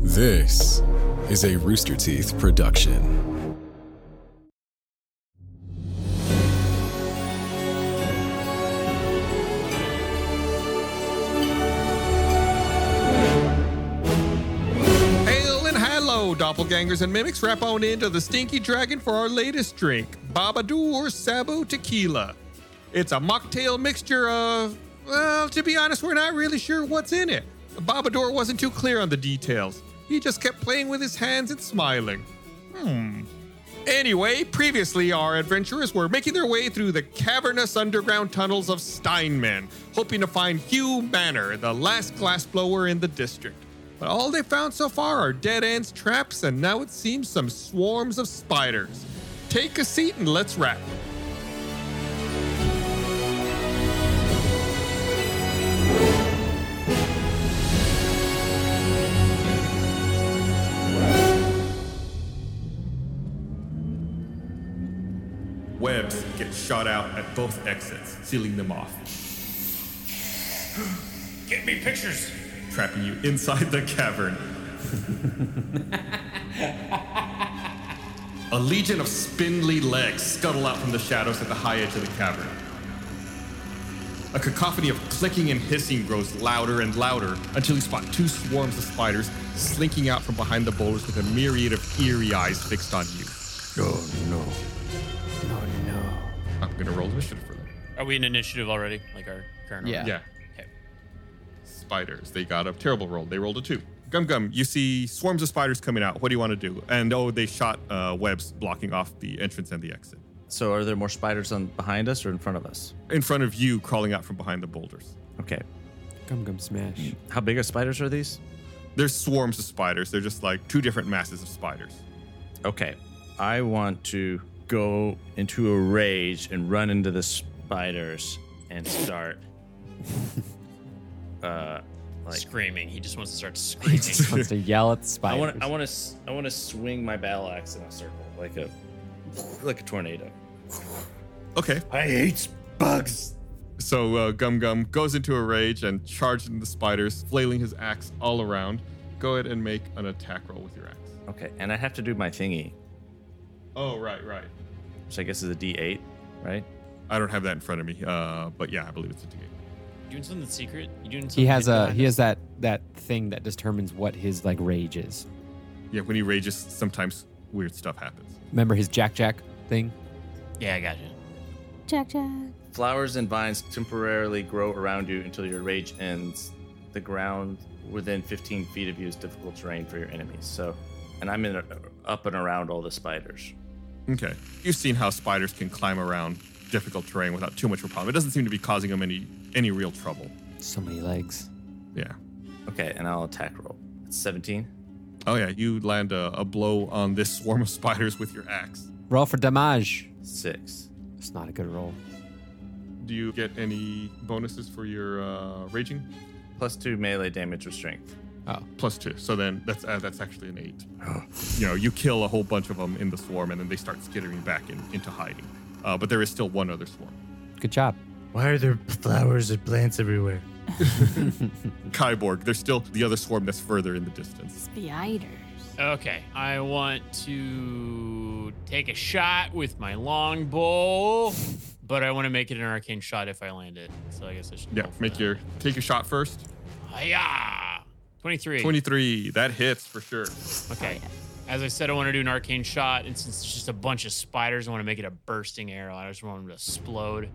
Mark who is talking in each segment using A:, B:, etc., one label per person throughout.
A: This is a Rooster Teeth production.
B: Hail and hello, doppelgangers and mimics. Wrap on into the Stinky Dragon for our latest drink, Babadour Sabu Tequila. It's a mocktail mixture of, well, to be honest, we're not really sure what's in it. Babadour wasn't too clear on the details. He just kept playing with his hands and smiling. Anyway, previously our adventurers were making their way through the cavernous underground tunnels of Steinman, hoping to find Hugh Manor, the last glassblower in the district. But all they found so far are dead ends, traps, and now it seems some swarms of spiders. Take a seat and let's wrap. Webs get shot out at both exits, sealing them off,
C: Get me pictures.
B: trapping you inside the cavern. a legion of spindly legs scuttle out from the shadows at the high edge of the cavern. A cacophony of clicking and hissing grows louder and louder until you spot two swarms of spiders slinking out from behind the boulders with a myriad of eerie eyes fixed on you.
D: Oh no.
B: I'm gonna roll initiative for them.
C: Are we in initiative already? Like our current
E: Yeah.
C: order?
B: Yeah.
C: Okay.
B: spiders. They got a terrible roll. They rolled a two. Gum Gum, you see swarms of spiders coming out. What do you want to do? And oh, they shot uh, webs blocking off the entrance and the exit.
E: So are there more spiders on behind us or in front of us?
B: In front of you, crawling out from behind the boulders.
E: Okay.
D: Gum gum smash.
E: How big of spiders are these?
B: There's swarms of spiders. They're just like two different masses of spiders.
E: Okay. I want to go into a rage and run into the spiders and start uh like
C: Screaming. He just wants to start
E: Mm.
C: screaming.
D: Wants to yell at
E: I
D: spiders.
E: want I want to I want to swing my battle axe in a circle like a like a tornado.
B: Okay,
E: I hate bugs.
B: so uh, Gum Gum goes into a rage and charges into the spiders, flailing his axe all around. Go ahead and make an attack roll with your axe.
E: Okay, and I have to do my thingy,
B: Oh, right, right.
E: which I guess is a D8, right?
B: I don't have that in front of me, uh, but yeah, I believe it's a D8.
C: you doing something secret? You doing something?
D: he has
C: hidden
D: a
C: behind
D: he
C: us?
D: has that that thing that determines what his like rage is.
B: Yeah, when he rages, sometimes weird stuff happens.
D: Remember his Jack Jack thing?
C: Yeah, I got you.
F: Jack Jack.
E: Flowers and vines temporarily grow around you until your rage ends. The ground within 15 feet of you is difficult terrain for your enemies. So, and I'm in up and around all the spiders.
B: Okay. You've seen how spiders can climb around difficult terrain without too much of a problem. It doesn't seem to be causing them any any real trouble.
D: So many legs.
B: Yeah.
E: Okay, and I'll attack roll. It's 17.
B: Oh yeah, you land a, a blow on this swarm of spiders with your axe.
D: Roll for damage.
E: Six.
D: It's not a good roll.
B: Do you get any bonuses for your uh, raging?
E: Plus two melee damage or strength.
B: Plus two. So then that's uh, that's actually an eight. you know, you kill a whole bunch of them in the swarm, and then they start skittering back in, into hiding. Uh, but there is still one other swarm.
D: Good job.
G: Why are there flowers and plants everywhere?
B: Kyborg. There's still the other swarm that's further in the distance.
F: Spiders.
C: Okay. I want to take a shot with my long bow, but I want to make it an arcane shot if I land it. So I guess I should.
B: Yeah.
C: roll for
B: Make
C: that.
B: your take your shot first.
C: Hiya! 23.
B: 23. That hits for sure.
C: Okay. As I said, I want to do an arcane shot, and since it's just a bunch of spiders, I want to make it a bursting arrow. I just want them to explode.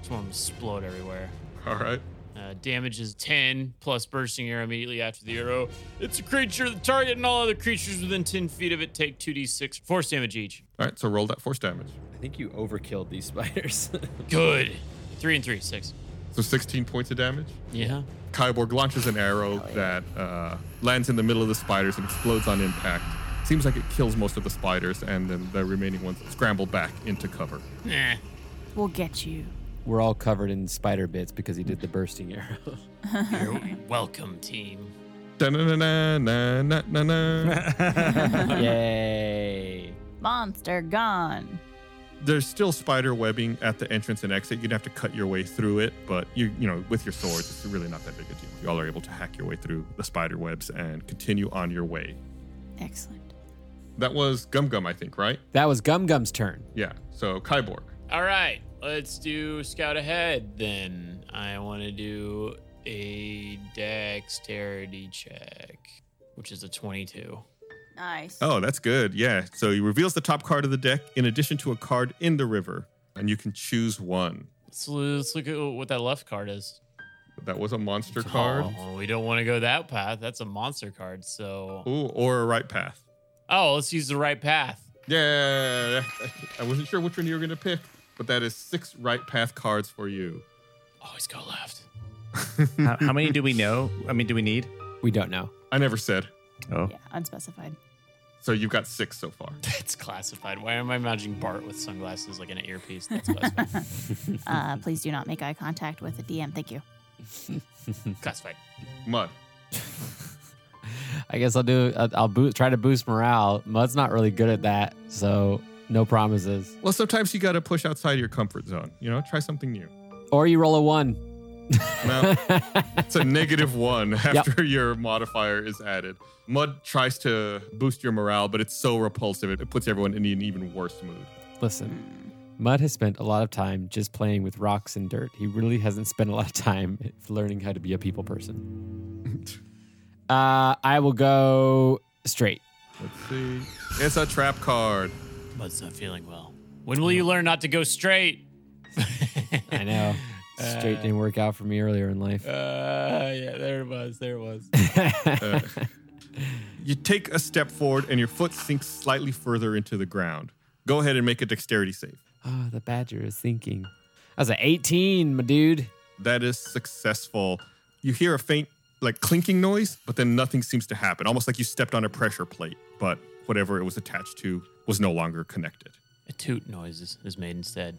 C: Just want them to explode everywhere.
B: All right.
C: Uh, damage is 10 plus bursting arrow immediately after the arrow. It's a creature. The target and all other creatures within 10 feet of it take 2d6 force damage each.
B: All right. So roll that force damage.
H: I think you overkilled these spiders.
C: Good. Three and three, six.
B: So 16 points of damage.
C: Yeah.
B: Kyborg launches an arrow that uh, lands in the middle of the spiders and explodes on impact. Seems like it kills most of the spiders, and then the remaining ones scramble back into cover.
C: Nah.
F: We'll get you.
D: We're all covered in spider bits because he did the bursting arrow.
C: You're welcome, team.
B: Da-na-na-na-na-na-na.
D: Yay.
F: Monster gone.
B: there's still spider webbing at the entrance and exit. You'd have to cut your way through it, but you you know with your swords, it's really not that big a deal. Y'all are able to hack your way through the spider webs and continue on your way.
F: Excellent.
B: That was Gum Gum, I think, right?
D: That was Gum Gum's turn.
B: Yeah. So Kyborg.
C: All right, let's do scout ahead then. I want to do a dexterity check, which is a 22.
F: Nice.
B: Oh, that's good. Yeah. So he reveals the top card of the deck in addition to a card in the river, and you can choose one.
C: Let's, let's look at what that left card is.
B: That was a monster card.
C: Oh, we don't want to go that path. That's a monster card. So,
B: Ooh, or a right path.
C: oh, let's use the right path.
B: Yeah. I wasn't sure which one you were going to pick, but that is six right path cards for you.
C: Always go left.
E: how, how many do we know? I mean, do we need?
D: We don't know.
B: I never said.
E: Oh,
F: Yeah, unspecified.
B: So you've got six so far.
C: That's classified. Why am I imagining Bart with sunglasses like an earpiece? That's classified.
F: Uh, please do not make eye contact with the DM. Thank you.
C: classified.
B: Mud.
D: I guess I'll do. I'll, I'll boo- try to boost morale. Mud's not really good at that, so no promises.
B: Well, sometimes you got to push outside your comfort zone. You know, try something new.
D: Or you roll a one.
B: No, it's a negative one after your modifier is added. Mud tries to boost your morale, but it's so repulsive, it it puts everyone in an even worse mood.
D: Listen, Mud has spent a lot of time just playing with rocks and dirt. He really hasn't spent a lot of time learning how to be a people person. uh, I will go straight.
B: Let's see. It's a trap card.
C: Bud's not feeling well. When will you learn not to go straight?
D: I know. Straight didn't work out for me earlier in life.
C: Uh, yeah, there it was. There it was.
B: Uh, you take a step forward and your foot sinks slightly further into the ground. Go ahead and make a dexterity save.
D: Oh, the badger is thinking. I was at 18, my dude.
B: That is successful. You hear a faint, like clinking noise, but then nothing seems to happen. Almost like you stepped on a pressure plate, but whatever it was attached to was no longer connected.
C: A toot noise is, is made instead.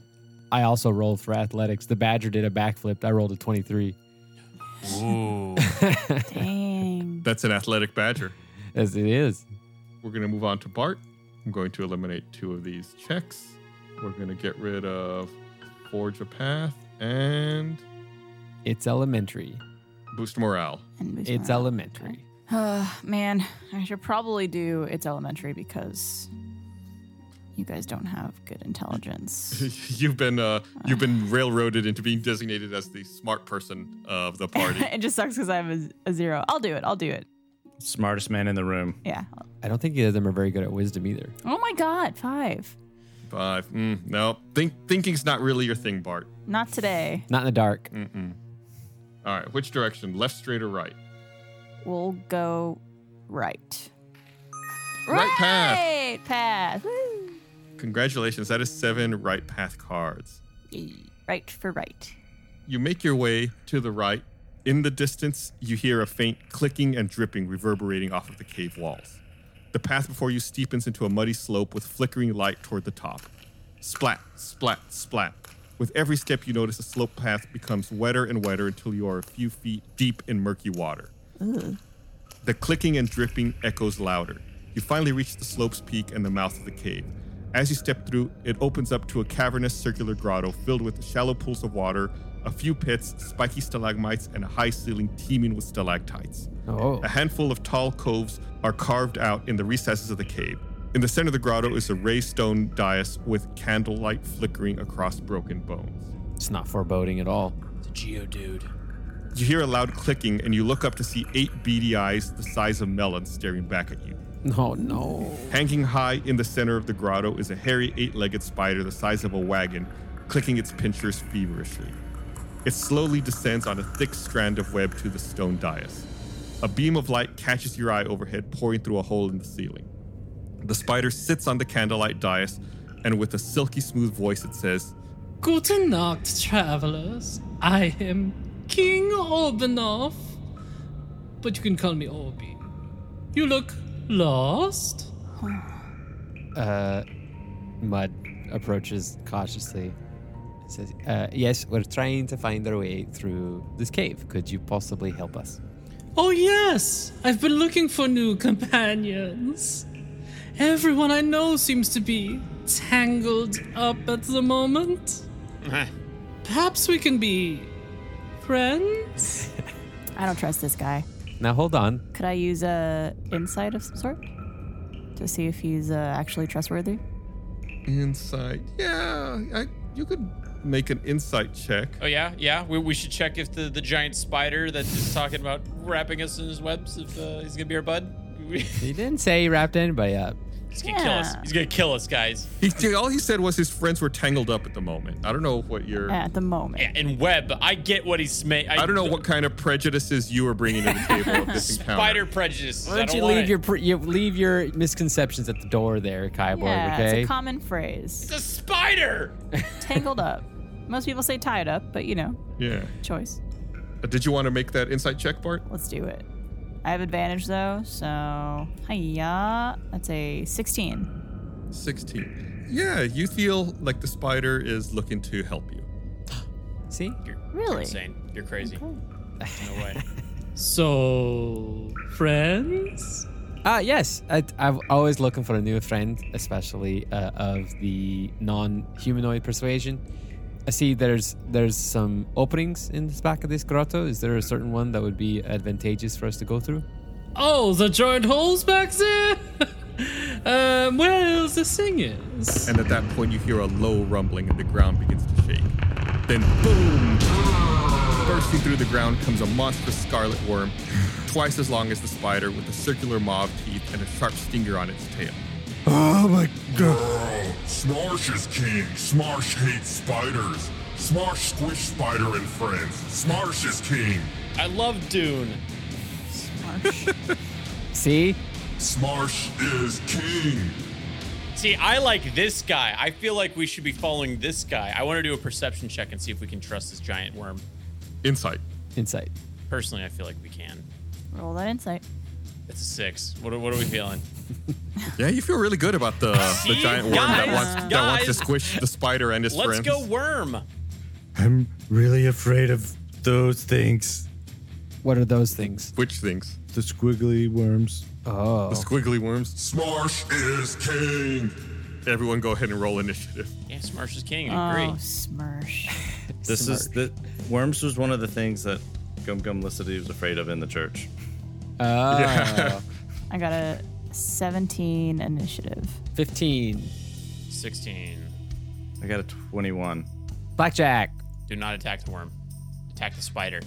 D: I also rolled for athletics. The badger did a backflip. I rolled a 23.
C: Ooh.
F: Dang.
B: That's an athletic badger.
D: As it is.
B: We're going to move on to Bart. I'm going to eliminate two of these checks. We're going to get rid of Forge a Path and
D: It's elementary.
B: Boost Morale.
F: And boost
D: It's
F: morale.
D: elementary.
F: Uh, man, I should probably do it's elementary because you guys don't have good intelligence.
B: you've been uh, you've been railroaded into being designated as the smart person of the party.
F: it just sucks because I have a, a zero. I'll do it. I'll do it.
E: smartest man in the room.
F: Yeah.
D: I don't think either of them are very good at wisdom either.
F: Oh my God, five.
B: Five. Mm, no, think thinking's not really your thing, Bart.
F: Not today.
D: Not in the dark.
B: Mm-mm. All right, which direction? Left, straight, or right?
F: We'll go right.
B: Right path.
F: Right path. Woo.
B: Congratulations, that is seven right path cards.
F: Right for right.
B: You make your way to the right. In the distance, you hear a faint clicking and dripping reverberating off of the cave walls. The path before you steepens into a muddy slope with flickering light toward the top. Splat, splat, splat. With every step, you notice the slope path becomes wetter and wetter until you are a few feet deep in murky water. The clicking and dripping echoes louder. You finally reach the slope's peak and the mouth of the cave. As you step through, it opens up to a cavernous circular grotto filled with shallow pools of water, a few pits, spiky stalagmites, and a high ceiling teeming with stalactites.
D: Oh.
B: A handful of tall coves are carved out in the recesses of the cave. In the center of the grotto is a raised stone dais with candlelight flickering across broken bones.
D: It's not foreboding at all.
C: It's a geodude.
B: You hear a loud clicking and you look up to see eight beady eyes the size of melons staring back at you.
D: Oh, no.
B: Hanging high in the center of the grotto is a hairy eight legged spider the size of a wagon, clicking its pincers feverishly. It slowly descends on a thick strand of web to the stone dais. A beam of light catches your eye overhead, pouring through a hole in the ceiling. The spider sits on the candlelight dais, and with a silky smooth voice, it says,
I: Guten Nacht, travelers. I am King Orbanoff, but you can call me Orby. You look lost.
D: Uh, Mud approaches cautiously. and Says, uh, yes, we're trying to find our way through this cave. Could you possibly help us?
I: Oh, yes, I've been looking for new companions. Everyone I know seems to be tangled up at the moment. Perhaps we can be friends?
F: I don't trust this guy.
D: Now hold on.
F: Could I use a insight of some sort to see if he's uh, actually trustworthy?
B: Insight. Yeah, I, you could make an insight check.
C: Oh yeah, yeah. We, we should check if the, the giant spider that is talking about wrapping us in his webs, if uh, he's gonna be our bud. he's
D: He didn't say he wrapped anybody up.
C: gonna kill us.
F: Yeah.
C: He's gonna kill us, guys.
B: He, all he said was his friends were tangled up at the moment. I don't know what your.
F: At the moment.
C: Yeah, and web. I get what he's made.
B: I don't know what kind of prejudices you are bringing to the table at this encounter.
C: spider prejudice.
D: Why don't, you leave your pre- you leave your misconceptions at the door there, Kyborg?
F: Yeah,
D: okay.
F: it's a common phrase.
C: It's a spider.
F: Tangled up. Most people say tied up, but you know,
B: Yeah.
F: choice.
B: But did you want to make that insight check, Bart?
F: Let's do it. I have advantage though, so hiya. That's a 16.
B: 16. Yeah, you feel like the spider is looking to help you.
D: See,
C: You're,
F: Really?
C: You're insane. You're crazy.
F: Okay.
C: No way.
I: So, friends?
D: Ah, yes. I, I'm always looking for a new friend, especially uh, of the non-humanoid persuasion. I see there's there's some openings in this back of this grotto. Is there a certain one that would be advantageous for us to go through?
I: Oh, the giant holes back there? um, well, the thing is.
B: And at that point, you hear a low rumbling and the ground begins to shake. Then, boom! Bursting through the ground comes a monstrous scarlet worm, twice as long as the spider, with a circular maw of teeth and a sharp stinger on its tail.
G: Oh my god.
J: Smarsh is king. Smarsh hates spiders. Smarsh squish spider and friends. Smarsh is king.
C: I love Dune.
D: See,
J: Smarsh is king.
C: See, I like this guy. I feel like we should be following this guy. I want to do a perception check and see if we can trust this giant worm.
B: Insight.
D: insight.
C: Personally, I feel like we can.
F: Roll that insight.
C: It's a six. What are, what are we feeling?
B: Yeah, you feel really good about the, the
C: See?
B: giant worm that,
C: Guys,
B: wants, that wants to
C: guys.
B: squish the spider and his
C: Let's
B: friends.
C: go worm.
G: I'm really afraid of those things.
D: What are those things?
B: Which things?
G: The squiggly worms.
D: Oh,
B: The squiggly worms.
J: Smarsh is king.
B: Everyone go ahead and roll initiative.
C: Yeah, Smarsh is king. I agree.
F: Oh, smirsh.
E: This is the worms was one of the things that Gum Gum listed he was afraid of in the church.
D: Ah.
F: I got a 17 initiative.
D: fifteen.
C: 16.
E: I got a 21.
D: Blackjack.
C: Do not attack the worm. Attack the spider.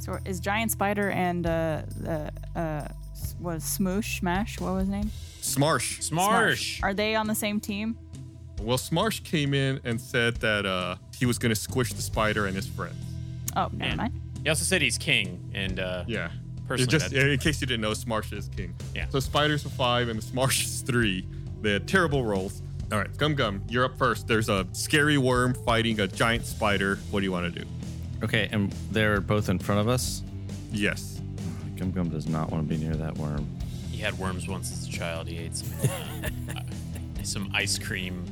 F: So is Giant Spider and uh, the uh, s- was Smoosh Smash? What was his name?
B: Smarsh.
C: Smarsh.
F: Are they on the same team?
B: Well, Smarsh came in and said that uh, he was going to squish the spider and his friends.
F: Oh, never
C: Yeah.
F: mind.
C: He also said he's king, and uh,
B: Yeah.
C: Personally,
B: It just
C: that-
B: in case you didn't know, Smarsh is king.
C: Yeah.
B: So spiders are five and the Smarsh is three. They're terrible rolls. All right, Gum Gum, you're up first. There's a scary worm fighting a giant spider. What do you want to do?
E: Okay, and they're both in front of us.
B: Yes.
E: Gum Gum does not want to be near that worm.
C: he had worms once as a child. He ate some, uh, uh, some ice cream.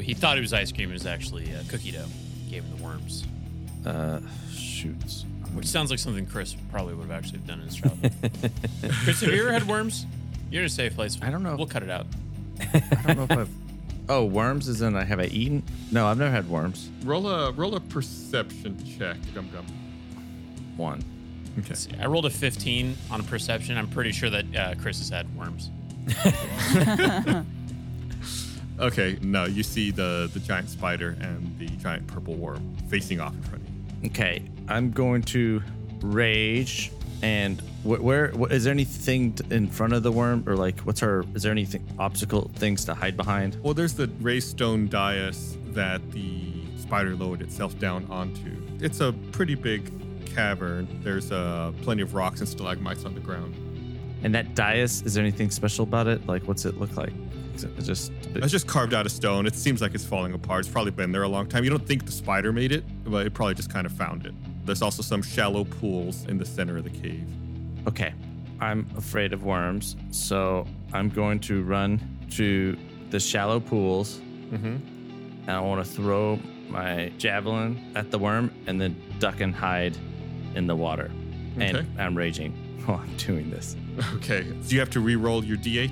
C: He thought it was ice cream. It was actually uh, cookie dough. Gave him the worms,
E: Uh, shoots.
C: which sounds like something Chris probably would have actually done in his childhood. Chris, have you ever had worms? You're in a safe place.
E: I don't know.
C: We'll cut it out.
E: I don't know if I've. Oh, worms is in. I have I eaten? No, I've never had worms.
B: Roll a roll a perception check, Gum Gum.
E: One.
B: Okay.
C: See, I rolled a 15 on perception. I'm pretty sure that uh, Chris has had worms.
B: Okay. No, you see the the giant spider and the giant purple worm facing off in front of you.
E: Okay, I'm going to rage. And wh- where wh- is there anything t- in front of the worm, or like what's our? Is there anything obstacle things to hide behind?
B: Well, there's the raised stone dais that the spider lowered itself down onto. It's a pretty big cavern. There's uh, plenty of rocks and stalagmites on the ground.
E: And that dais, is there anything special about it? Like, what's it look like? Is it just a bit-
B: It's just carved out of stone. It seems like it's falling apart. It's probably been there a long time. You don't think the spider made it, but it probably just kind of found it. There's also some shallow pools in the center of the cave.
E: okay. I'm afraid of worms, so I'm going to run to the shallow pools,
B: Mm-hmm.
E: and I want to throw my javelin at the worm, and then duck and hide in the water.
B: Okay.
E: And I'm raging. while I'm doing this.
B: Okay. Do you have to re-roll your D8?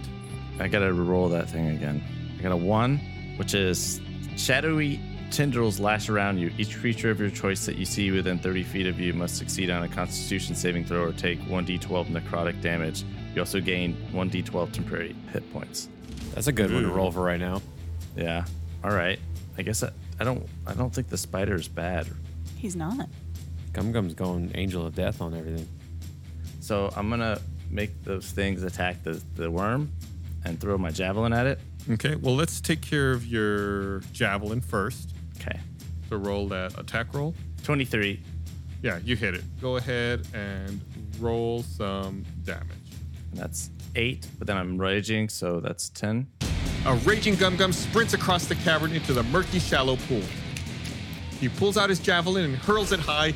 E: I gotta roll that thing again. I got a one, which is shadowy tendrils lash around you. Each creature of your choice that you see within 30 feet of you must succeed on a Constitution saving throw or take 1d12 necrotic damage. You also gain 1d12 temporary hit points.
D: That's a good one to roll for right now.
E: Yeah. All right. I guess I, I don't. I don't think the spider is bad.
F: He's not.
D: Gum Gum's going Angel of Death on everything.
E: So I'm gonna make those things attack the, the worm and throw my javelin at it.
B: Okay. Well, let's take care of your javelin first.
E: Okay.
B: So roll that attack roll.
E: 23.
B: Yeah, you hit it. Go ahead and roll some damage.
E: And that's eight, but then I'm raging, so that's 10.
B: A raging Gum Gum sprints across the cavern into the murky, shallow pool. He pulls out his javelin and hurls it high,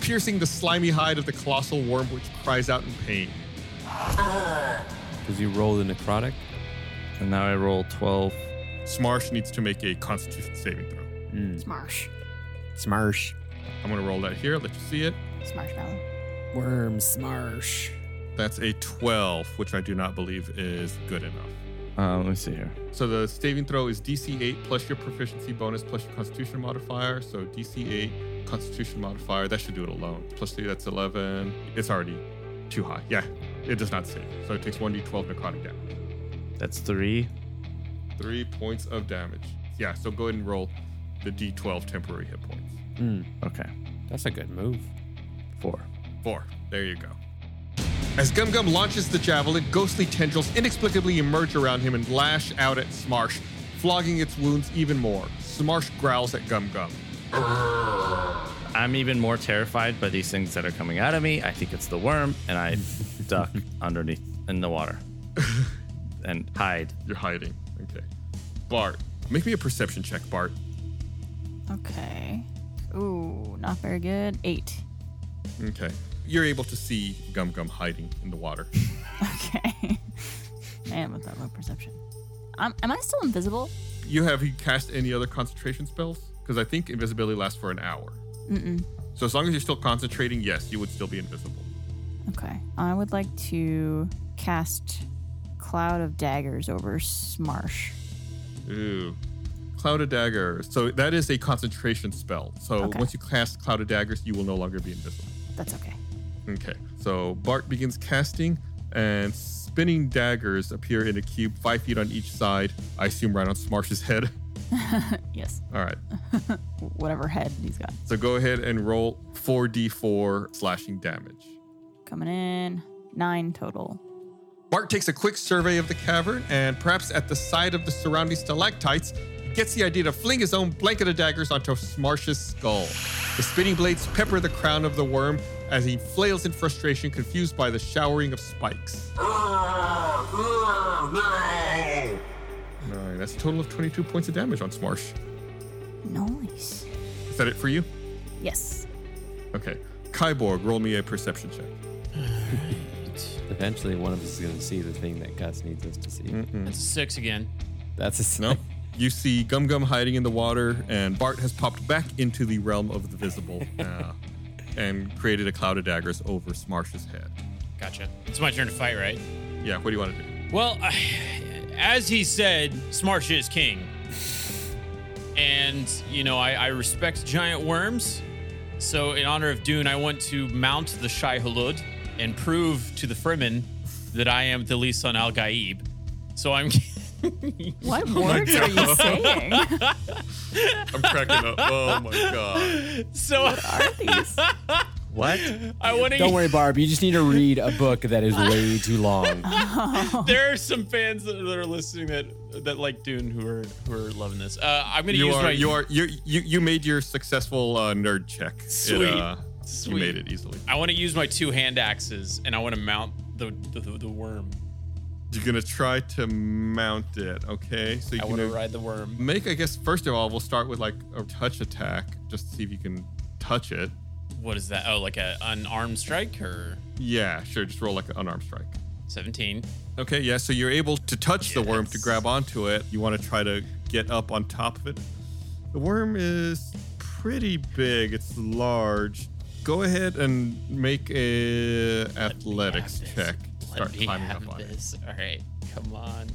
B: piercing the slimy hide of the colossal worm, which cries out in pain.
D: Because you roll the necrotic.
E: And now I roll 12.
B: Smarsh needs to make a constitution saving throw.
F: Smarsh.
D: Smarsh.
B: I'm going to roll that here, let you see it.
F: Smarshmallow.
D: Worm smarsh.
B: That's a 12, which I do not believe is good enough.
E: Uh, let me see here.
B: So the saving throw is DC 8 plus your proficiency bonus plus your constitution modifier. So DC 8, constitution modifier. That should do it alone. Plus 3, that's 11. It's already too high. Yeah, it does not save. So it takes 1d12 necrotic damage.
E: That's three.
B: Three points of damage. Yeah, so go ahead and roll the d12 temporary hit points.
E: Okay.
D: That's a good move.
E: Four.
B: Four. There you go. As Gum Gum launches the javelin, ghostly tendrils inexplicably emerge around him and lash out at Smarsh, flogging its wounds even more. Smarsh growls at Gum Gum.
E: I'm even more terrified by these things that are coming out of me. I think it's the worm, and I duck underneath in the water and hide.
B: You're hiding. Okay. Bart, make me a perception check, Bart.
F: Okay. Ooh, not very good. Eight.
B: Okay. You're able to see Gum Gum hiding in the water.
F: Okay. Man, with that low perception. Um, am I still invisible?
B: You have you cast any other concentration spells? Because I think invisibility lasts for an hour.
F: Mm-mm.
B: So as long as you're still concentrating, yes, you would still be invisible.
F: Okay. I would like to cast Cloud of Daggers over Smarsh.
B: Ooh. Cloud of Daggers. So that is a concentration spell. So
F: Okay.
B: once you cast Cloud of Daggers, you will no longer be invisible.
F: That's okay.
B: Okay. So Bart begins casting, and spinning daggers appear in a cube five feet on each side. I assume right on Smarsh's head.
F: Yes.
B: All right.
F: Whatever head he's got.
B: So go ahead and roll 4d4 slashing damage.
F: Coming in. Nine total.
B: Bart takes a quick survey of the cavern and perhaps at the sight of the surrounding stalactites, he gets the idea to fling his own blanket of daggers onto Smarsh's skull. The spinning blades pepper the crown of the worm as he flails in frustration, confused by the showering of spikes. All right, that's a total of 22 points of damage on Smarsh.
F: Nice.
B: Is that it for you?
F: Yes.
B: Okay. Kyborg, roll me a perception check.
D: Eventually, one of us is going to see the thing that Gus needs us to see.
C: That's a six again.
D: That's a
B: No. You see Gum Gum hiding in the water, and Bart has popped back into the realm of the visible uh, and created a cloud of daggers over Smarsh's head.
C: Gotcha. It's my turn to fight, right?
B: Yeah, what do you want to do?
C: Well, I, as he said, Smarsh is king. And, you know, I, I respect giant worms. So, in honor of Dune, I want to mount the Shai Hulud and prove to the Fremen that I am the Lisan Al Gaib. So, I'm.
F: What words are you saying?
B: I'm cracking up. Oh my god.
C: so,
F: Are these?
E: What?
C: I want to.
D: Don't worry, Barb. You just need to read a book that is way too long.
C: There are some fans that that are listening that that like Dune who are who are loving this. Uh, I'm gonna
B: You
C: use my
B: are you are you you, you made your successful uh, nerd check. uh,
C: Sweet.
B: You
C: Sweet.
B: made it easily.
C: I want to use my two hand axes and I want to mount the the, the, the worm.
B: You're gonna try to mount it, okay? So
C: I
B: you're
C: want to
B: gonna
C: ride the worm.
B: make. I guess first of all, we'll start with like a touch attack, just to see if you can touch it.
C: What is that? Oh, like a an arm strike or
B: Yeah, sure. Just roll like an unarmed strike.
C: 17.
B: Okay, yeah, so you're able to touch the worm to
C: Yes.
B: grab onto it. You want to try to get up on top of it. The worm is pretty big, it's large. Go ahead and make a athletics check. Start climbing up on it.
C: All right, come on.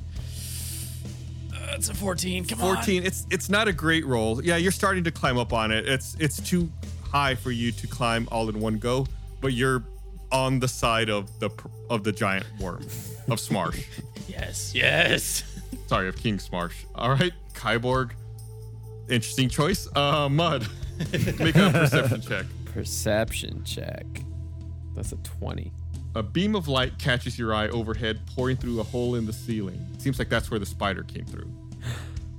C: Uh, it's a 14. Come on.
B: 14. It's it's not a great roll. Yeah, you're starting to climb up on it. It's it's too high for you to climb all in one go, but you're on the side of the pr- of the giant worm of Smarsh.
C: Yes. Yes.
B: Sorry, of King Smarsh. All right, Kyborg. Interesting choice. Uh, Mud. Make a perception check.
D: Perception check. That's a 20.
B: A beam of light catches your eye overhead, pouring through a hole in the ceiling. Seems like that's where the spider came through.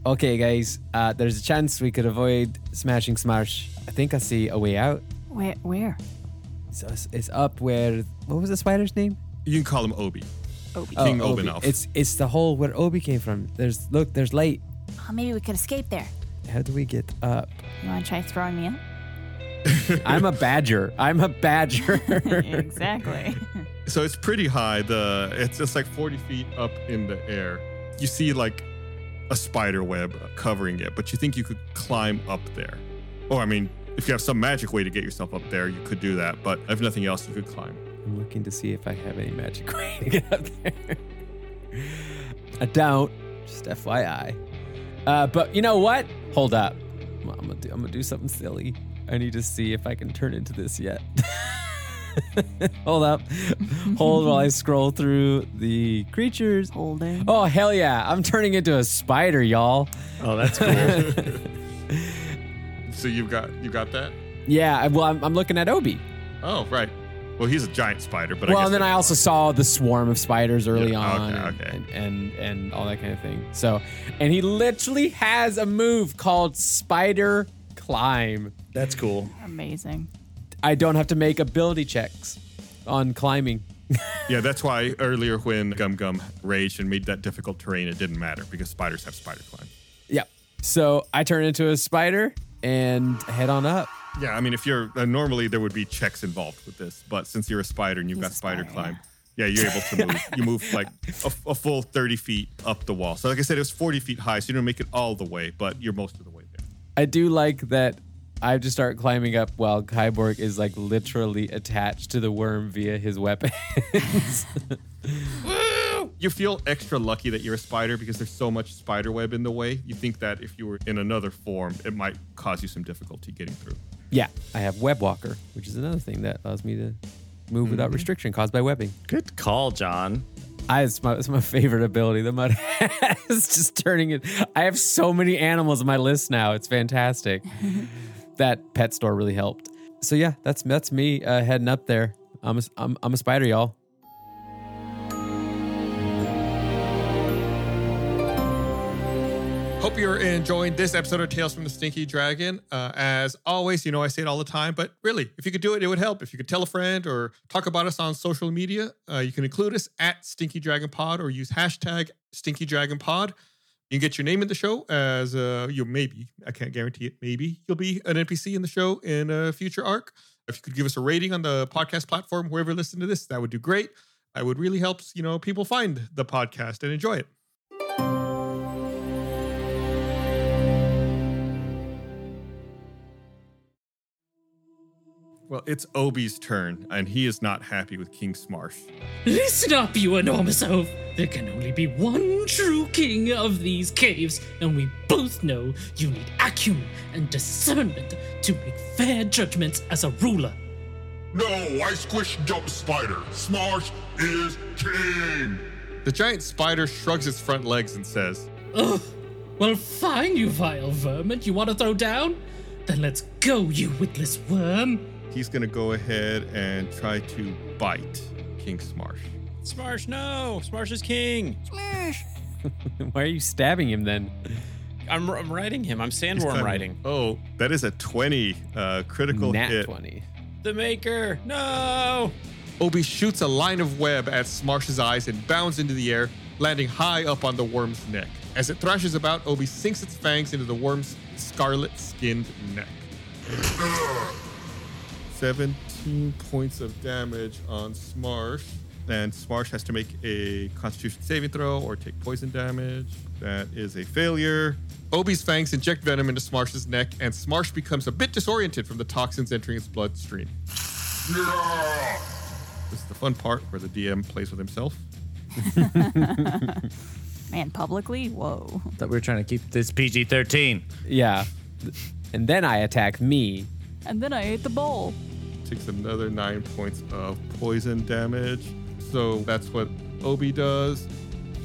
D: Okay, guys, uh, there's a chance we could avoid smashing Smarsh. I think I see a way out.
F: Where? where?
D: It's, it's up where. What was the spider's name?
B: You can call him Obi.
F: Obi.
B: King
D: Oh, Obi.
B: Obinoff.
D: It's it's the hole where Obi came from. There's look, there's light.
F: Oh, maybe we could escape there.
D: How do we get up?
F: You want to try throwing me in?
D: I'm a badger. I'm a badger.
F: exactly.
B: So it's pretty high. The it's it's like 40 feet up in the air. You see like a spider web covering it, but you think you could climb up there. Or I mean, if you have some magic way to get yourself up there, you could do that. But if nothing else, you could climb.
D: I'm looking to see if I have any magic way to get up there. I don't. Just FYI. Uh, but you know what? Hold up. I'm, I'm gonna do, I'm gonna do something silly. I need to see if I can turn into this yet. Hold up. Hold while I scroll through the creatures.
F: Holding.
D: Oh hell yeah! I'm turning into a spider, y'all.
E: Oh, that's cool.
B: So you've got you got that.
D: Yeah. I- Well, I'm, I'm looking at Obi.
B: Oh right. Well, he's a giant spider, but I
D: well,
B: guess
D: and then I also saw the swarm of spiders early
B: Yeah,
D: on,
B: okay,
D: and,
B: okay.
D: And, and all that kind of thing. So, and he literally has a move called Spider Climb.
E: that's cool.
F: Amazing.
D: I don't have to make ability checks on climbing.
B: yeah, that's why earlier when Gum Gum raged and made that difficult terrain, it didn't matter because spiders have spider climb.
D: Yep. So I turn into a spider and head on up.
B: Yeah, I mean, if you're uh, normally there would be checks involved with this, but since you're a spider and you've
F: He's
B: got
F: a
B: spider,
F: spider,
B: climb, yeah. you're able to move. you move like a, a full 30 feet up the wall. So, like I said, it was 40 feet high, so you don't make it all the way, but you're most of the way there.
D: I do like that. I just start climbing up while Kyborg is like literally attached to the worm via his weapons.
B: You feel extra lucky that you're a spider because there's so much spider web in the way. You think that if you were in another form, it might cause you some difficulty getting through.
D: Yeah, I have Web Walker, which is another thing that allows me to move
B: Mm-hmm.
D: without restriction caused by webbing.
E: Good call, John.
D: I, it's, my, it's my favorite ability the mud has. Just turning it. I have so many animals on my list now. It's fantastic. that pet store really helped. So yeah, that's that's me uh, heading up there. I'm a, I'm, I'm a spider, y'all.
B: Hope you're enjoying this episode of Tales from the Stinky Dragon. Uh, as always, you know I say it all the time, but really, if you could do it, it would help. If you could tell a friend or talk about us on social media, uh, you can include us at Stinky Dragon Pod or use hashtag Stinky Dragon Pod. You can get your name in the show as uh, you maybe, I can't guarantee it, maybe you'll be an NPC in the show in a future arc. If you could give us a rating on the podcast platform, wherever you listen to this, that would do great. That would really help, you know, people find the podcast and enjoy it. Well, it's Obi's turn, and he is not happy with King Smarsh.
I: Listen up, you enormous oaf. There can only be one true king of these caves, and we both know you need acumen and discernment to make fair judgments as a ruler.
J: No, I squished Dump Spider. Smarsh is king.
B: The giant spider shrugs its front legs and says,
I: Ugh. Well, fine, you vile vermin. You want to throw down? Then let's go, you witless worm.
B: he's going to go ahead and try to bite King Smarsh.
C: Smarsh, no. Smarsh is king.
D: Why are you stabbing him then?
C: I'm, I'm riding him. I'm
B: He's
C: sandworm
B: kinda-
C: riding.
B: Oh, that is a 20 uh, critical
D: Nat
B: hit.
D: twenty.
C: The maker. No.
B: Obi shoots a line of web at Smarsh's eyes and bounds into the air, landing high up on the worm's neck. As it thrashes about, Obi sinks its fangs into the worm's scarlet skinned neck. 17 points of damage on Smarsh. And Smarsh has to make a constitution saving throw or take poison damage. That is a failure. Obi's fangs inject venom into Smarsh's neck, and Smarsh becomes a bit disoriented from the toxins entering its bloodstream.
J: Yeah!
B: This is the fun part where the DM plays with himself.
F: Man, publicly? Whoa.
G: Thought we were trying to keep this PG 13.
D: Yeah. And then I attack me.
F: And then I ate the bowl.
B: Takes another nine points of poison damage. So that's what Obi does.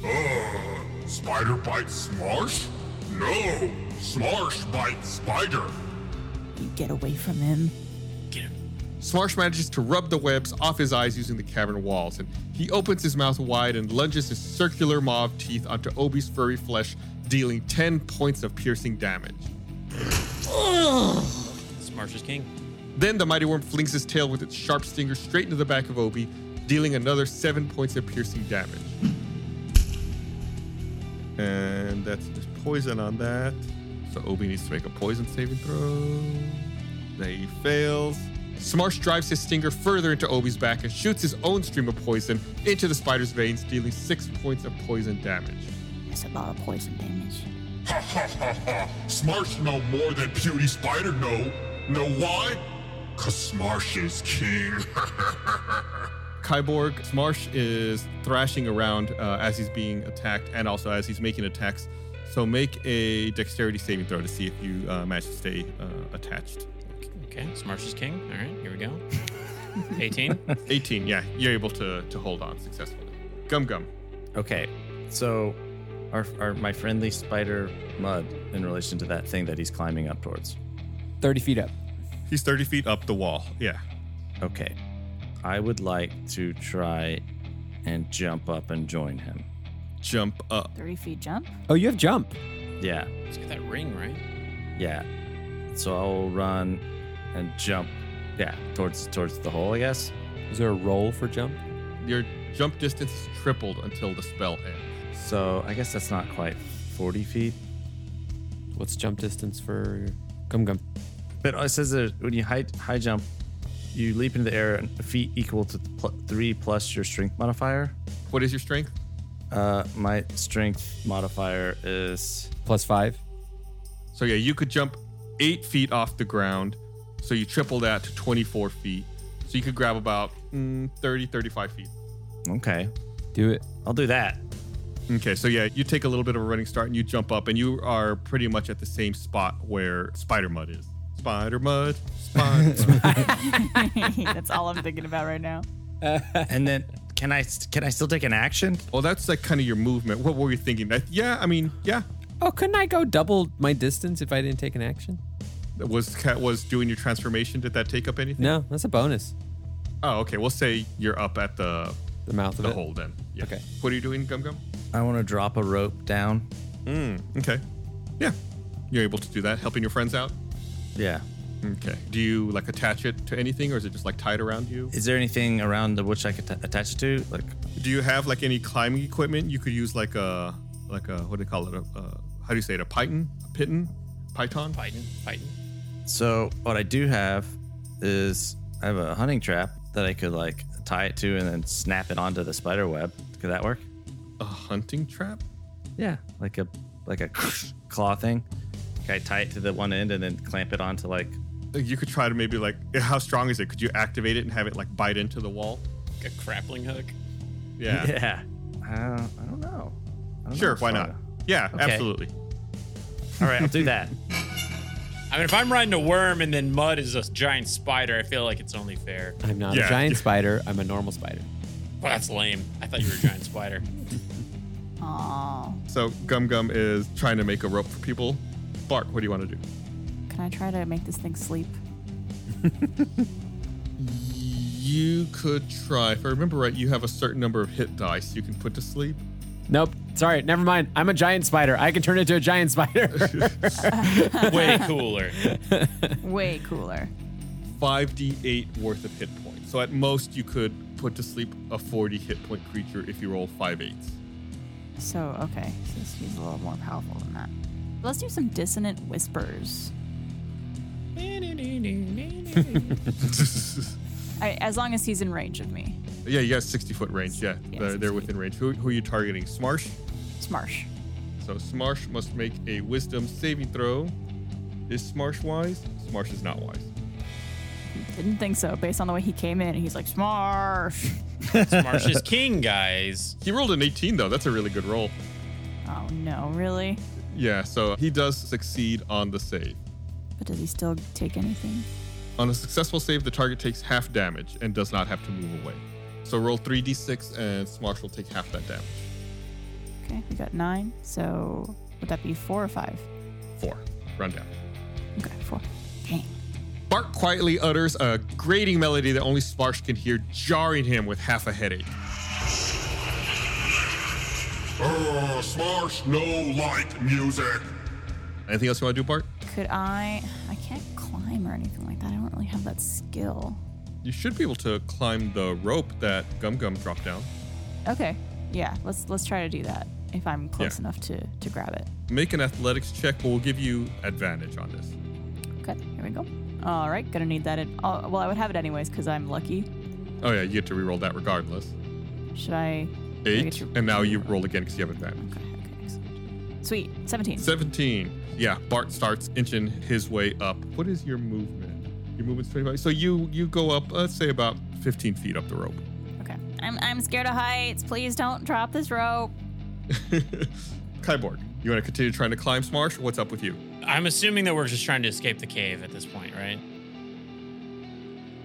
J: Ugh. Oh, Spider bites Smarsh? No! Smarsh bites Spider!
F: You get away from him.
B: Smarsh manages to rub the webs off his eyes using the cavern walls, and he opens his mouth wide and lunges his circular maw of teeth onto Obi's furry flesh, dealing 10 points of piercing damage.
C: Smarsh is king.
B: Then the mighty worm flings his tail with its sharp stinger straight into the back of Obi, dealing another seven points of piercing damage. And that's there's poison on that. So Obi needs to make a poison saving throw. There he fails. Smarsh drives his stinger further into Obi's back and shoots his own stream of poison into the spider's veins, dealing six points of poison damage.
F: That's a lot of poison damage.
J: Ha ha ha ha! Smarsh know more than Pewdie Spider know. Know why? Cause Smarsh is king.
B: Kyborg, Smarsh is thrashing around uh, as he's being attacked and also as he's making attacks. So make a dexterity saving throw to see if you uh, manage to stay uh, attached.
C: Okay, Smarsh is king. All right, here we go. 18.
B: 18, yeah, you're able to, to hold on successfully. Gum Gum.
E: Okay, so our, our my friendly spider mud in relation to that thing that he's climbing up towards.
D: 30 feet up.
B: He's 30 feet up the wall. Yeah.
E: Okay, I would like to try and jump up and join him.
B: Jump up.
F: 30 feet jump?
D: Oh, you have jump.
E: Yeah,
C: Let's get that ring, right?
E: yeah. So I'll run and jump. Yeah, towards towards the hole, I guess.
D: Is there a roll for jump?
B: Your jump distance is tripled until the spell ends.
E: So I guess that's not quite 40 feet.
D: What's jump distance for Gum Gum?
E: But it says that when you high, high jump, you leap into the air and a feet equal to pl- three plus your strength modifier.
B: What is your strength?
E: Uh, my strength modifier is
D: Plus five.
B: So yeah, you could jump eight feet off the ground. So you triple that to 24 feet. So you could grab about mm, 30, 35 feet.
E: okay.
D: Do it.
E: I'll do that.
B: Okay, so yeah, you take a little bit of a running start and you jump up, and you are pretty much at the same spot where Spider Mud is. Spider Mud, Spider Mud.
F: That's all I'm thinking about right now.
E: And then can I can I still take an action?
B: well, that's like kind of your movement. What were you thinking? That, yeah, I mean, yeah,
D: Oh, couldn't I go double my distance if I didn't take an action?
B: was cat was doing your transformation. Did that take up anything?
D: No, that's a bonus.
B: Oh, okay. We'll say you're up at the
D: The mouth of
B: the
D: it.
B: hole then. Yeah.
D: Okay.
B: What are you doing, Gum Gum?
E: I want to drop a rope down.
B: Okay. Yeah, you're able to do that, helping your friends out.
E: Yeah.
B: Okay. Do you like attach it to anything, or is it just like tied around you?
E: Is there anything around the which I could t- attach it to? Like
B: Do you have like any climbing equipment? You could use like a like a what do they call it? A, uh how do you say it? A python? A python? Python?
C: Python, Python.
E: so what I do have is I have a hunting trap that I could like tie it to and then snap it onto the spider web. Could that work?
B: A hunting trap?
E: Yeah, like a like a claw thing. Like I tie it to the one end and then clamp it onto like
B: Like, You could try to maybe like how strong is it? Could you activate it and have it like bite into the wall?
C: Like a grappling hook.
B: Yeah.
E: yeah. Uh, I don't know. I don't
B: Sure.
E: know.
B: Why not? Yeah. Absolutely.
E: All right, I'll do that.
C: I mean, if I'm riding a worm and then mud is a giant spider, I feel like it's only fair.
D: I'm not
B: Yeah.
D: a giant spider. I'm a normal spider.
C: Well, that's lame. I thought you were a giant spider.
F: Oh,
B: So Gum Gum is trying to make a rope for people. Bark. What do you want to do?
F: can I try to make this thing sleep?
B: You could try. If I remember right, you have a certain number of hit dice you can put to sleep.
D: Nope. Sorry. Never mind. I'm a giant spider. I can turn into a giant spider.
C: Way cooler.
F: Way cooler.
B: 5d8 worth of hit points. So at most, you could put to sleep a 40 hit point creature if you roll five eights.
F: So, okay, so she's a little more powerful than that. Let's do some dissonant whispers. I, as long as he's in range of me.
B: yeah, you got 60 foot range. Yeah,
F: Yeah,
B: they're,
F: 60.
B: they're within range. Who, who are you targeting? Smarsh?
F: Smarsh.
B: So Smarsh must make a wisdom saving throw. Is Smarsh wise? Smarsh is not wise.
F: Didn't think so. Based on the way he came in, he's like, Smarsh.
C: Smarsh is king, guys.
B: He rolled an 18, though. That's a really good roll.
F: Oh no, really?
B: Yeah, so he does succeed on the save.
F: But does he still take anything?
B: On a successful save, the target takes half damage and does not have to move away. So roll 3d6 and Smarsh will take half that damage.
F: Okay, we got nine. So would that be four or five?
B: Four. Run down.
F: Okay, four. Dang.
B: Bart quietly utters a grating melody that only Smarsh can hear, jarring him with half a headache.
J: Uh, Smarsh no like music.
B: Anything else you want to do, Bart?
F: Could I? I can't climb or anything like that. I don't really have that skill.
B: You should be able to climb the rope that Gum Gum dropped down.
F: Okay, yeah. Let's let's try to do that if I'm close
B: Yeah.
F: enough to to grab it.
B: Make an athletics check, but we'll give you advantage on this.
F: Okay, here we go. All right, gonna need that. In, oh, well, I would have it anyways because I'm lucky.
B: Oh, yeah, you get to reroll that regardless.
F: Should I? do I get
B: Eight,
F: to-
B: and now you roll again because you have advantage.
F: Okay, okay, excellent. Sweet, seventeen.
B: 17. Yeah, Bart starts inching his way up. What is your movement? Your movement's 25. So you you go up, let's say about 15 feet up the rope.
F: Okay. I'm I'm scared of heights. Please don't drop this rope.
B: Kyborg, you want to continue trying to climb Smarsh? What's up with you?
C: I'm assuming that we're just trying to escape the cave at this point, right?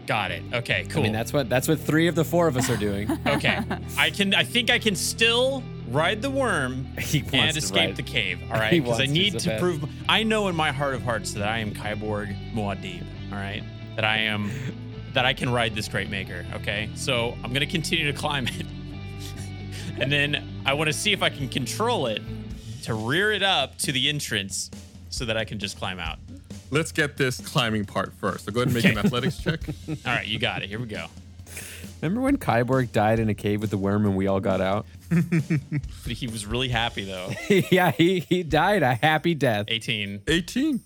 C: Got it. Okay, cool.
D: I mean, that's what that's what three of the four of us are doing.
C: okay. I can. I think I can still ride the worm
D: He wants
C: and
D: to
C: escape
D: ride-
C: the cave. All right,
D: He
C: because I
D: wants to
C: need
D: so
C: to
D: bad.
C: prove. I know in my heart of hearts that I am Kyborg Muad'Dib. All right, that I am. That I can ride this great maker. Okay, so I'm gonna continue to climb it, and then I want to see if I can control it to rear it up to the entrance, so that I can just climb out.
B: Let's get this climbing part first. So go ahead and make an athletics check.
C: All right, you got it. Here we go.
D: Remember when Kyborg died in a cave with the worm and we all got out?
C: But he was really happy though.
D: yeah, he, he died a happy death.
C: 18.
B: 18.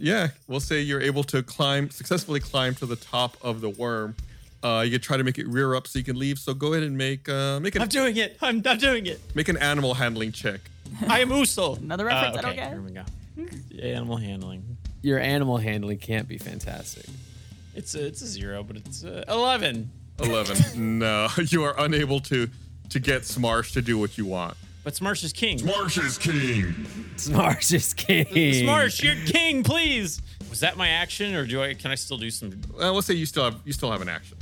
B: Yeah, we'll say you're able to climb successfully climb to the top of the worm. Uh, you can try to make it rear up so you can leave. So go ahead and make uh, make
C: I'm
B: an
C: doing it. I'm, I'm doing it.
B: make an animal handling check.
C: I am Usul.
F: Another reference I don't get.
C: Here we go. Animal handling.
D: Your animal handling can't be fantastic.
C: It's a, it's a zero, but it's uh 11.
B: 11. no, you are unable to to get Smarsh to do what you want.
C: But Smarsh is king.
J: Smarsh is king.
D: Smarsh is king.
C: Smarsh, you're king, please. Was that my action, or do I? Can I still do some?
B: Uh, let's say you still have you still have an action.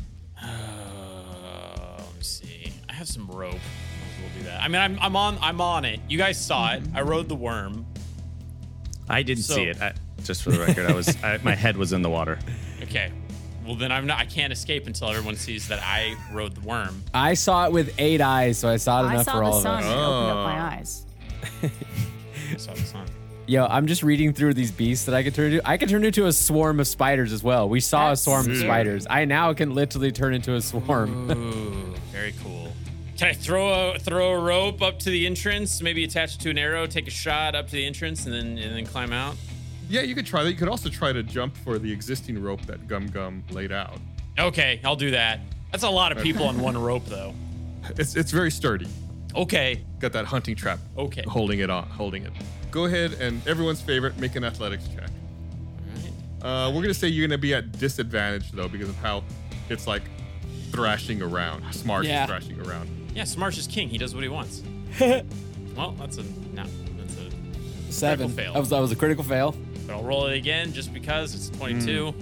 C: Uh, let me see. I have some rope. Might as well do that. I mean, I'm, I'm on I'm on it. You guys saw it. I rode the worm.
E: I didn't
C: So-
E: see it. I, just for the record, I was I, my head was in the water.
C: Okay. Well, then I'm not. I can't escape until everyone sees that I rode the worm.
D: I saw it with eight eyes, so I saw it
F: I
D: enough
F: saw
D: for all
F: the
D: of
F: sun.
D: us.
F: and It opened up
B: Oh.
F: my eyes.
C: So it's not.
D: Yo, I'm just reading through these beasts that I could turn into. I could turn into a swarm of spiders as well. We saw
F: That's
D: a swarm of
F: sick.
D: spiders. I now can literally turn into a swarm.
C: Ooh, very cool. Can I throw a throw a rope up to the entrance? Maybe attach it to an arrow, take a shot up to the entrance, and then and then climb out.
B: Yeah, you could try that. You could also try to jump for the existing rope that Gum Gum laid out.
C: Okay, I'll do that. That's a lot of people on one rope, though.
B: It's it's very sturdy.
C: Okay,
B: Got that hunting trap.
C: Okay.
B: Holding it on, holding it. Go ahead and everyone's favorite, make an athletics check. Uh, we're gonna say you're gonna be at disadvantage though because of how it's like thrashing around. Smart
D: Yeah.
B: is thrashing around.
C: yeah, Smarsh is king. He does what he wants. well, that's a no. That's a.
D: Seven.
C: fail.
D: That was, that was a critical fail.
C: But I'll roll it again just because it's twenty-two.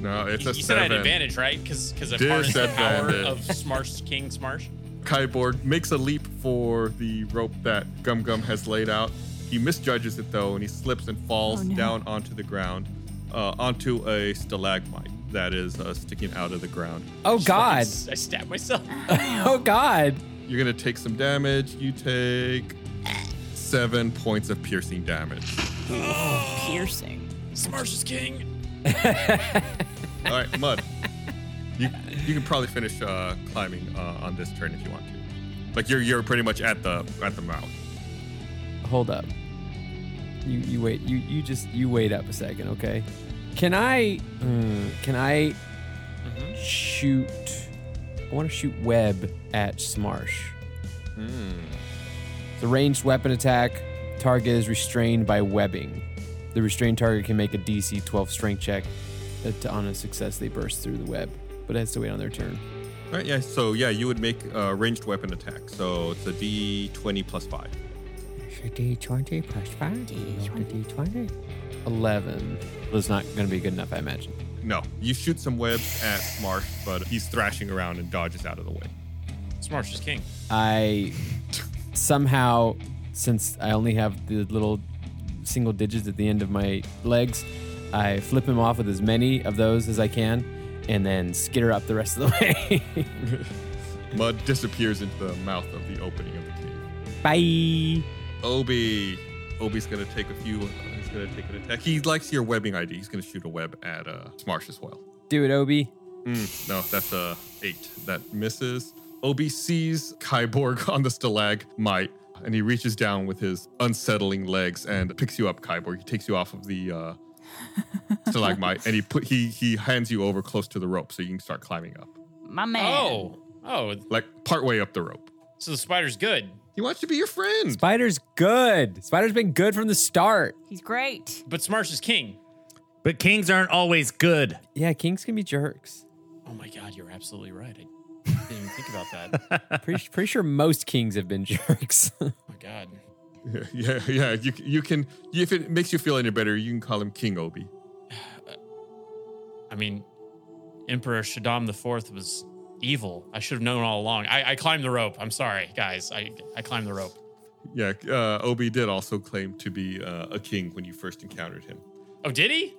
B: No, Hmm. it's
C: you
B: a
C: you said I had
B: seven.
C: advantage, right? Because because I've harnessed the power
B: Disadvantage.
C: of Smarsh King Smarsh.
B: Kyborg makes a leap for the rope that Gum Gum has laid out. He misjudges it though, and he slips and falls
F: Oh, no.
B: down onto the ground, uh, onto a stalagmite that is uh, sticking out of the ground.
D: Oh
C: I,
D: God.
C: I stabbed myself.
D: Oh God.
B: You're gonna take some damage. You take seven points of piercing damage.
F: Piercing.
C: Smarsh is king.
B: All right, Mud. You you can probably finish uh, climbing uh, on this turn if you want to. Like you're you're pretty much at the at the mouth.
D: Hold up. You you wait. You you just you wait up a second, okay? Can I uh, can I shoot? I want to shoot web at Smarsh. The ranged weapon attack target is restrained by webbing. The restrained target can make a DC 12 strength check
H: that on a success, they burst through the web, but it has to wait on their turn.
B: All right, yeah. So yeah, you would make a ranged weapon attack. So it's a D20 plus five.
K: It's a D20 plus 5. Roll the D20.
H: 11.
D: It's not going to be good enough, I imagine.
B: No, you shoot some webs at Marsh, but he's thrashing around and dodges out of the way.
C: Smarsh is king.
D: I somehow, since I only have the little single digits at the end of my legs, I flip him off with as many of those as I can and then skitter up the rest of the way.
B: Mud disappears into the mouth of the opening of the cave.
D: Bye.
B: Obi, Obi's gonna take a few. He's gonna take an attack. He likes your webbing ID. He's gonna shoot a web at uh, Smarsh as well.
D: Do it, Obi.
B: Mm, no, that's a eight. That misses. Obi sees Kyborg on the stalagmite, and he reaches down with his unsettling legs and picks you up, Kyborg. He takes you off of the uh, stalagmite, and he put he he hands you over close to the rope so you can start climbing up,
F: My man.
C: Oh, oh,
B: like partway up the rope.
C: so the spider's good,
B: He wants to be your friend.
D: Spider's good. Spider's been good from the start.
F: He's great.
C: but Smarsh is king.
E: But kings aren't always good.
D: Yeah, kings can be jerks.
C: Oh my God, you're absolutely right. I didn't even think about that. Oh
D: Pretty, pretty sure most kings have been jerks.
C: my God.
B: Yeah, yeah, yeah. You you can if it makes you feel any better, you can call him King Obi.
C: I mean, Emperor Shaddam the Fourth was evil. I should have known all along. I, I climbed the rope. I'm sorry, guys. I, I climbed the rope.
B: Yeah, uh, Obi did also claim to be uh, a king when you first encountered him.
C: Oh, did he?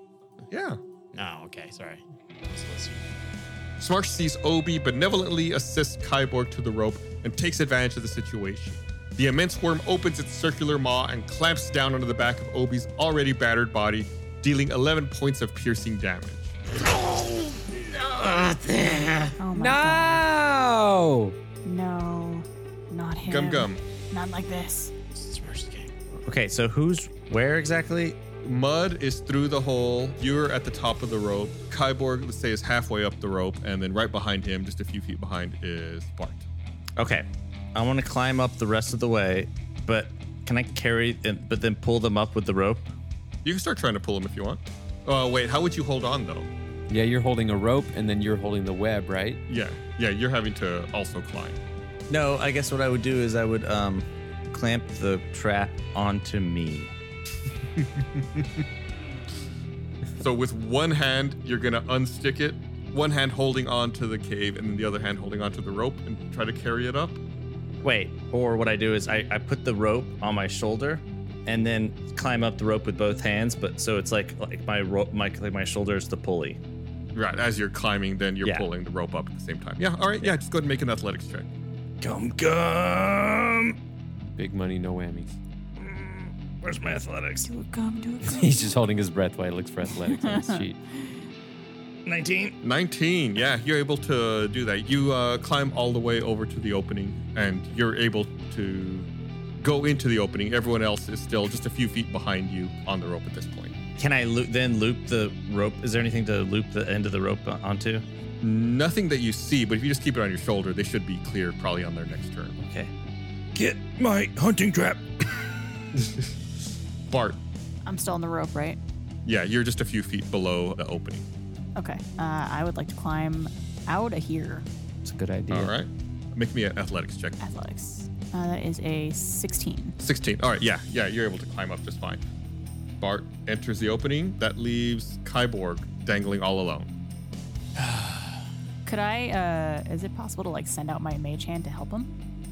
B: Yeah.
C: No, okay, sorry. Let's- let's-
B: Smarsh sees Obi benevolently assist Kyborg to the rope and takes advantage of the situation. The immense worm opens its circular maw and clamps down onto the back of Obi's already battered body, dealing 11 points of piercing damage.
F: Oh my god.
D: no.
F: No, not him.
B: Gum Gum,
F: Not like this.
C: Smarsh is king.
E: Okay, so who's where exactly?
B: Mud is through the hole. You're at the top of the rope. Kyborg, let's say, is halfway up the rope. And then right behind him, just a few feet behind, is Bart.
E: Okay, I want to climb up the rest of the way, but can I carry and but then pull them up with the rope?
B: You can start trying to pull him if you want. Oh, wait. How would you hold on, though?
D: Yeah, you're holding a rope and then you're holding the web, right?
B: Yeah. Yeah, you're having to also climb.
E: No, I guess what I would do is I would um clamp the trap onto me.
B: So with one hand, you're gonna unstick it, one hand holding on to the cave, and then the other hand holding onto the rope and try to carry it up.
E: Wait, or what I do is I, I put the rope on my shoulder and then climb up the rope with both hands, but so it's like like my rope my like my shoulder is the pulley.
B: Right, as you're climbing, then you're
E: Yeah.
B: pulling the rope up at the same time. Yeah, all right, yeah, just go ahead and make an athletics check.
E: Gum gum.
D: Big money, no whammy.
E: Where's my athletics?
F: Do a gum, do a gum.
D: He's just holding his breath while he looks for athletics on his sheet.
E: 19.
B: 19, yeah, you're able to do that. You uh, climb all the way over to the opening, and you're able to go into the opening. Everyone else is still just a few feet behind you on the rope at this point.
E: Can I loop then loop the rope? Is there anything to loop the end of the rope onto?
B: Nothing that you see, but if you just keep it on your shoulder, they should be clear probably on their next turn.
E: Okay.
J: Get my hunting trap.
B: Bart,
F: I'm still on the rope, right?
B: yeah, you're just a few feet below the opening.
F: Okay. Uh, I would like to climb out of here.
D: It's a good idea.
B: All right. Make me an athletics check.
F: Athletics. Uh, that is a 16.
B: 16. All right. Yeah. Yeah. You're able to climb up just fine. Bart enters the opening. That leaves Kyborg dangling all alone.
F: Could I? Uh, is it possible to like send out my mage hand to help him?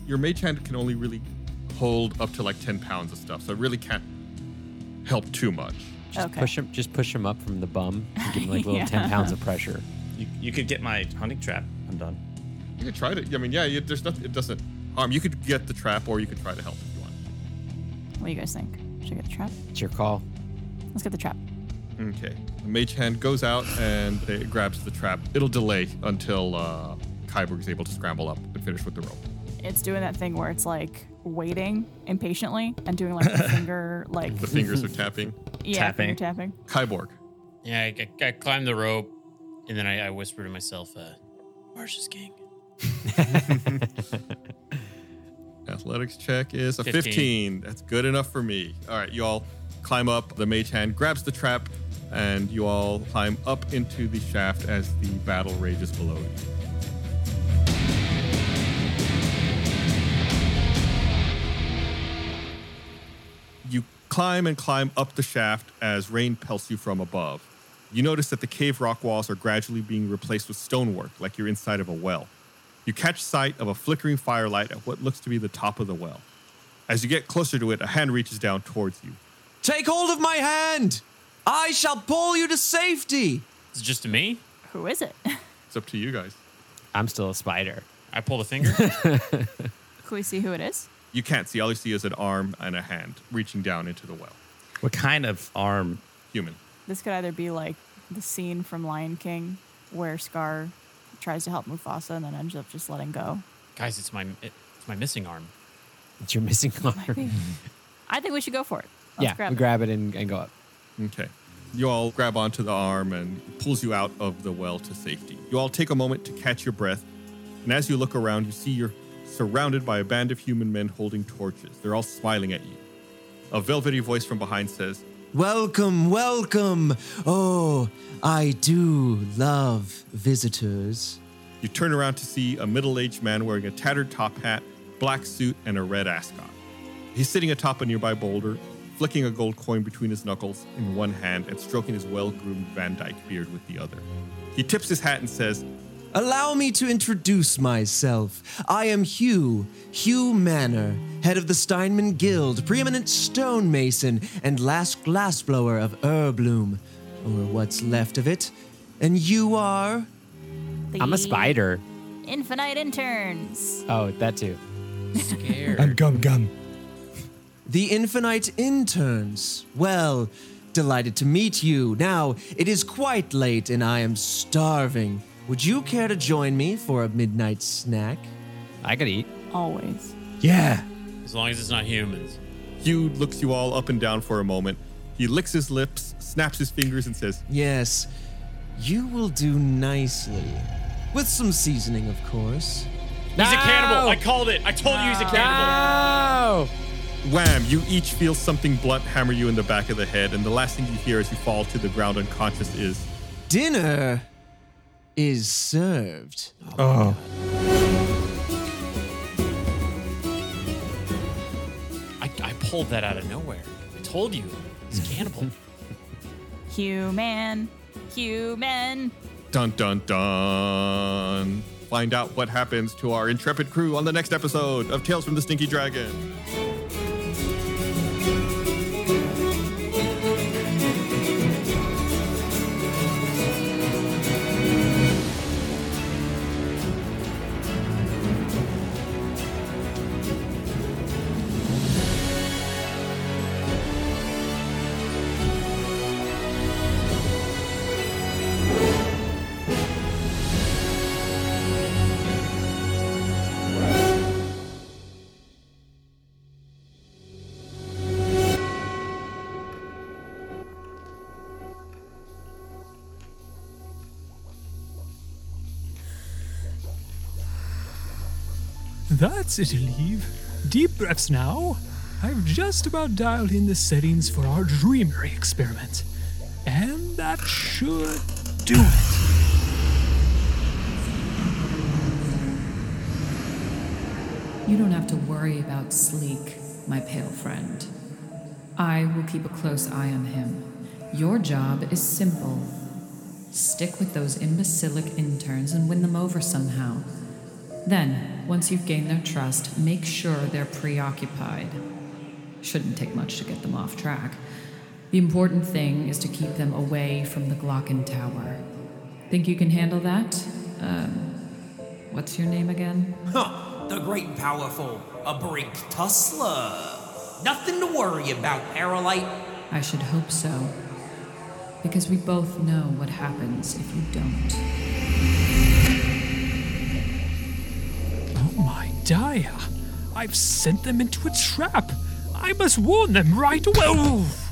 B: Your mage hand can only really hold up to like 10 pounds of stuff. So it really can't help too much.
D: Just
F: Okay.
D: push him. Just push him up from the bum. And give him like little
F: Yeah.
D: ten pounds of pressure.
E: You, you could get my hunting trap. I'm done.
B: You could try to, I mean, yeah, you, there's nothing, it doesn't harm. You could get the trap or you could try to help if you want.
F: What do you guys think? Should I get the trap?
D: It's your call.
F: Let's get the trap.
B: Okay. The mage hand goes out and it grabs the trap. It'll delay until uh, Kyborg is able to scramble up and finish with the rope.
F: It's doing that thing where it's like waiting impatiently and doing like the finger, like
B: The fingers are tapping.
F: yeah,
E: Tapping.
F: finger tapping.
B: Kyborg.
C: Yeah, I, I, I climbed the rope, and then I, I whispered to myself, uh, "Marsh is king."
B: Athletics check is a 15.
C: 15.
B: That's good enough for me. All right, y'all climb up. The mage hand grabs the trap, and you all climb up into the shaft as the battle rages below you. You climb and climb up the shaft as rain pelts you from above. You notice that the cave rock walls are gradually being replaced with stonework, like you're inside of a well. You catch sight of a flickering firelight at what looks to be the top of the well. As you get closer to it, a hand reaches down towards you.
D: Take hold of my hand. I shall pull you to safety.
C: It's just to me.
F: Who is it?
B: It's up to you guys.
L: I'm still a spider.
C: I pull a finger.
F: Can we see who it is?
B: You can't see. All you see is an arm and a hand reaching down into the well.
E: What kind of arm?
B: Human.
F: This could either be like the scene from Lion King where Scar tries to help Mufasa and then ends up just letting go.
C: Guys, it's my it's my missing arm.
L: It's your missing arm.
F: I think we should go for it. Let's
L: yeah,
F: grab
L: we
F: it.
L: grab it and, and go up.
B: Okay. You all grab onto the arm and pulls you out of the well to safety. You all take a moment to catch your breath, and as you look around, you see you're surrounded by a band of human men holding torches. They're all smiling at you. A velvety voice from behind says,
D: Welcome, welcome. Oh, I do love visitors.
B: You turn around to see a middle aged man wearing a tattered top hat, black suit, and a red ascot. He's sitting atop a nearby boulder, flicking a gold coin between his knuckles in one hand and stroking his well groomed Van Dyke beard with the other. He tips his hat and says,
D: Allow me to introduce myself. I am Hugh, Hugh Manor, head of the Steinman Guild, preeminent stonemason, and last glassblower of Erbloom, or what's left of it. And you are?
L: I'm a spider.
F: Infinite interns.
C: Uh.
L: Oh, that too.
M: I'm gum gum.
D: The Infinite Interns. Well, delighted to meet you. Now, it is quite late and I am starving. Would you care to join me for a midnight snack?
L: I could eat.
F: Always.
D: Yeah.
C: As long as it's not humans.
B: Hugh looks you all up and down for a moment. He licks his lips, snaps his fingers, and says,
D: Yes, you will do nicely. With some seasoning, of course.
C: He's a cannibal. I called it. I told you he's a cannibal.
B: Wham! You each feel something blunt hammer you in the back of the head, and the last thing you hear as you fall to the ground unconscious is,
D: Dinner is served.
M: Oh.
C: I, I pulled that out of nowhere. I told you. He's a cannibal.
F: Human. Human.
B: Dun dun dun. Find out what happens to our intrepid crew on the next episode of Tales from the Stinky Dragon.
N: That's it, Aleve. Deep breaths now. I've just about dialed in the settings for our dreamery experiment. And that should do it.
I: You don't have to worry about Sleek, my pale friend. I will keep a close eye on him. Your job is simple stick with those imbecilic interns and win them over somehow. Then, once you've gained their trust, make sure they're preoccupied. Shouldn't take much to get them off track. The important thing is to keep them away from the Glocken Tower. Think you can handle that? Um, what's your name again?
O: Huh, the great powerful, a brink tussler. Nothing to worry about, Paralite.
I: I should hope so. Because we both know what happens if you don't.
N: Oh my dia. I've sent them into a trap. I must warn them right away. Oof.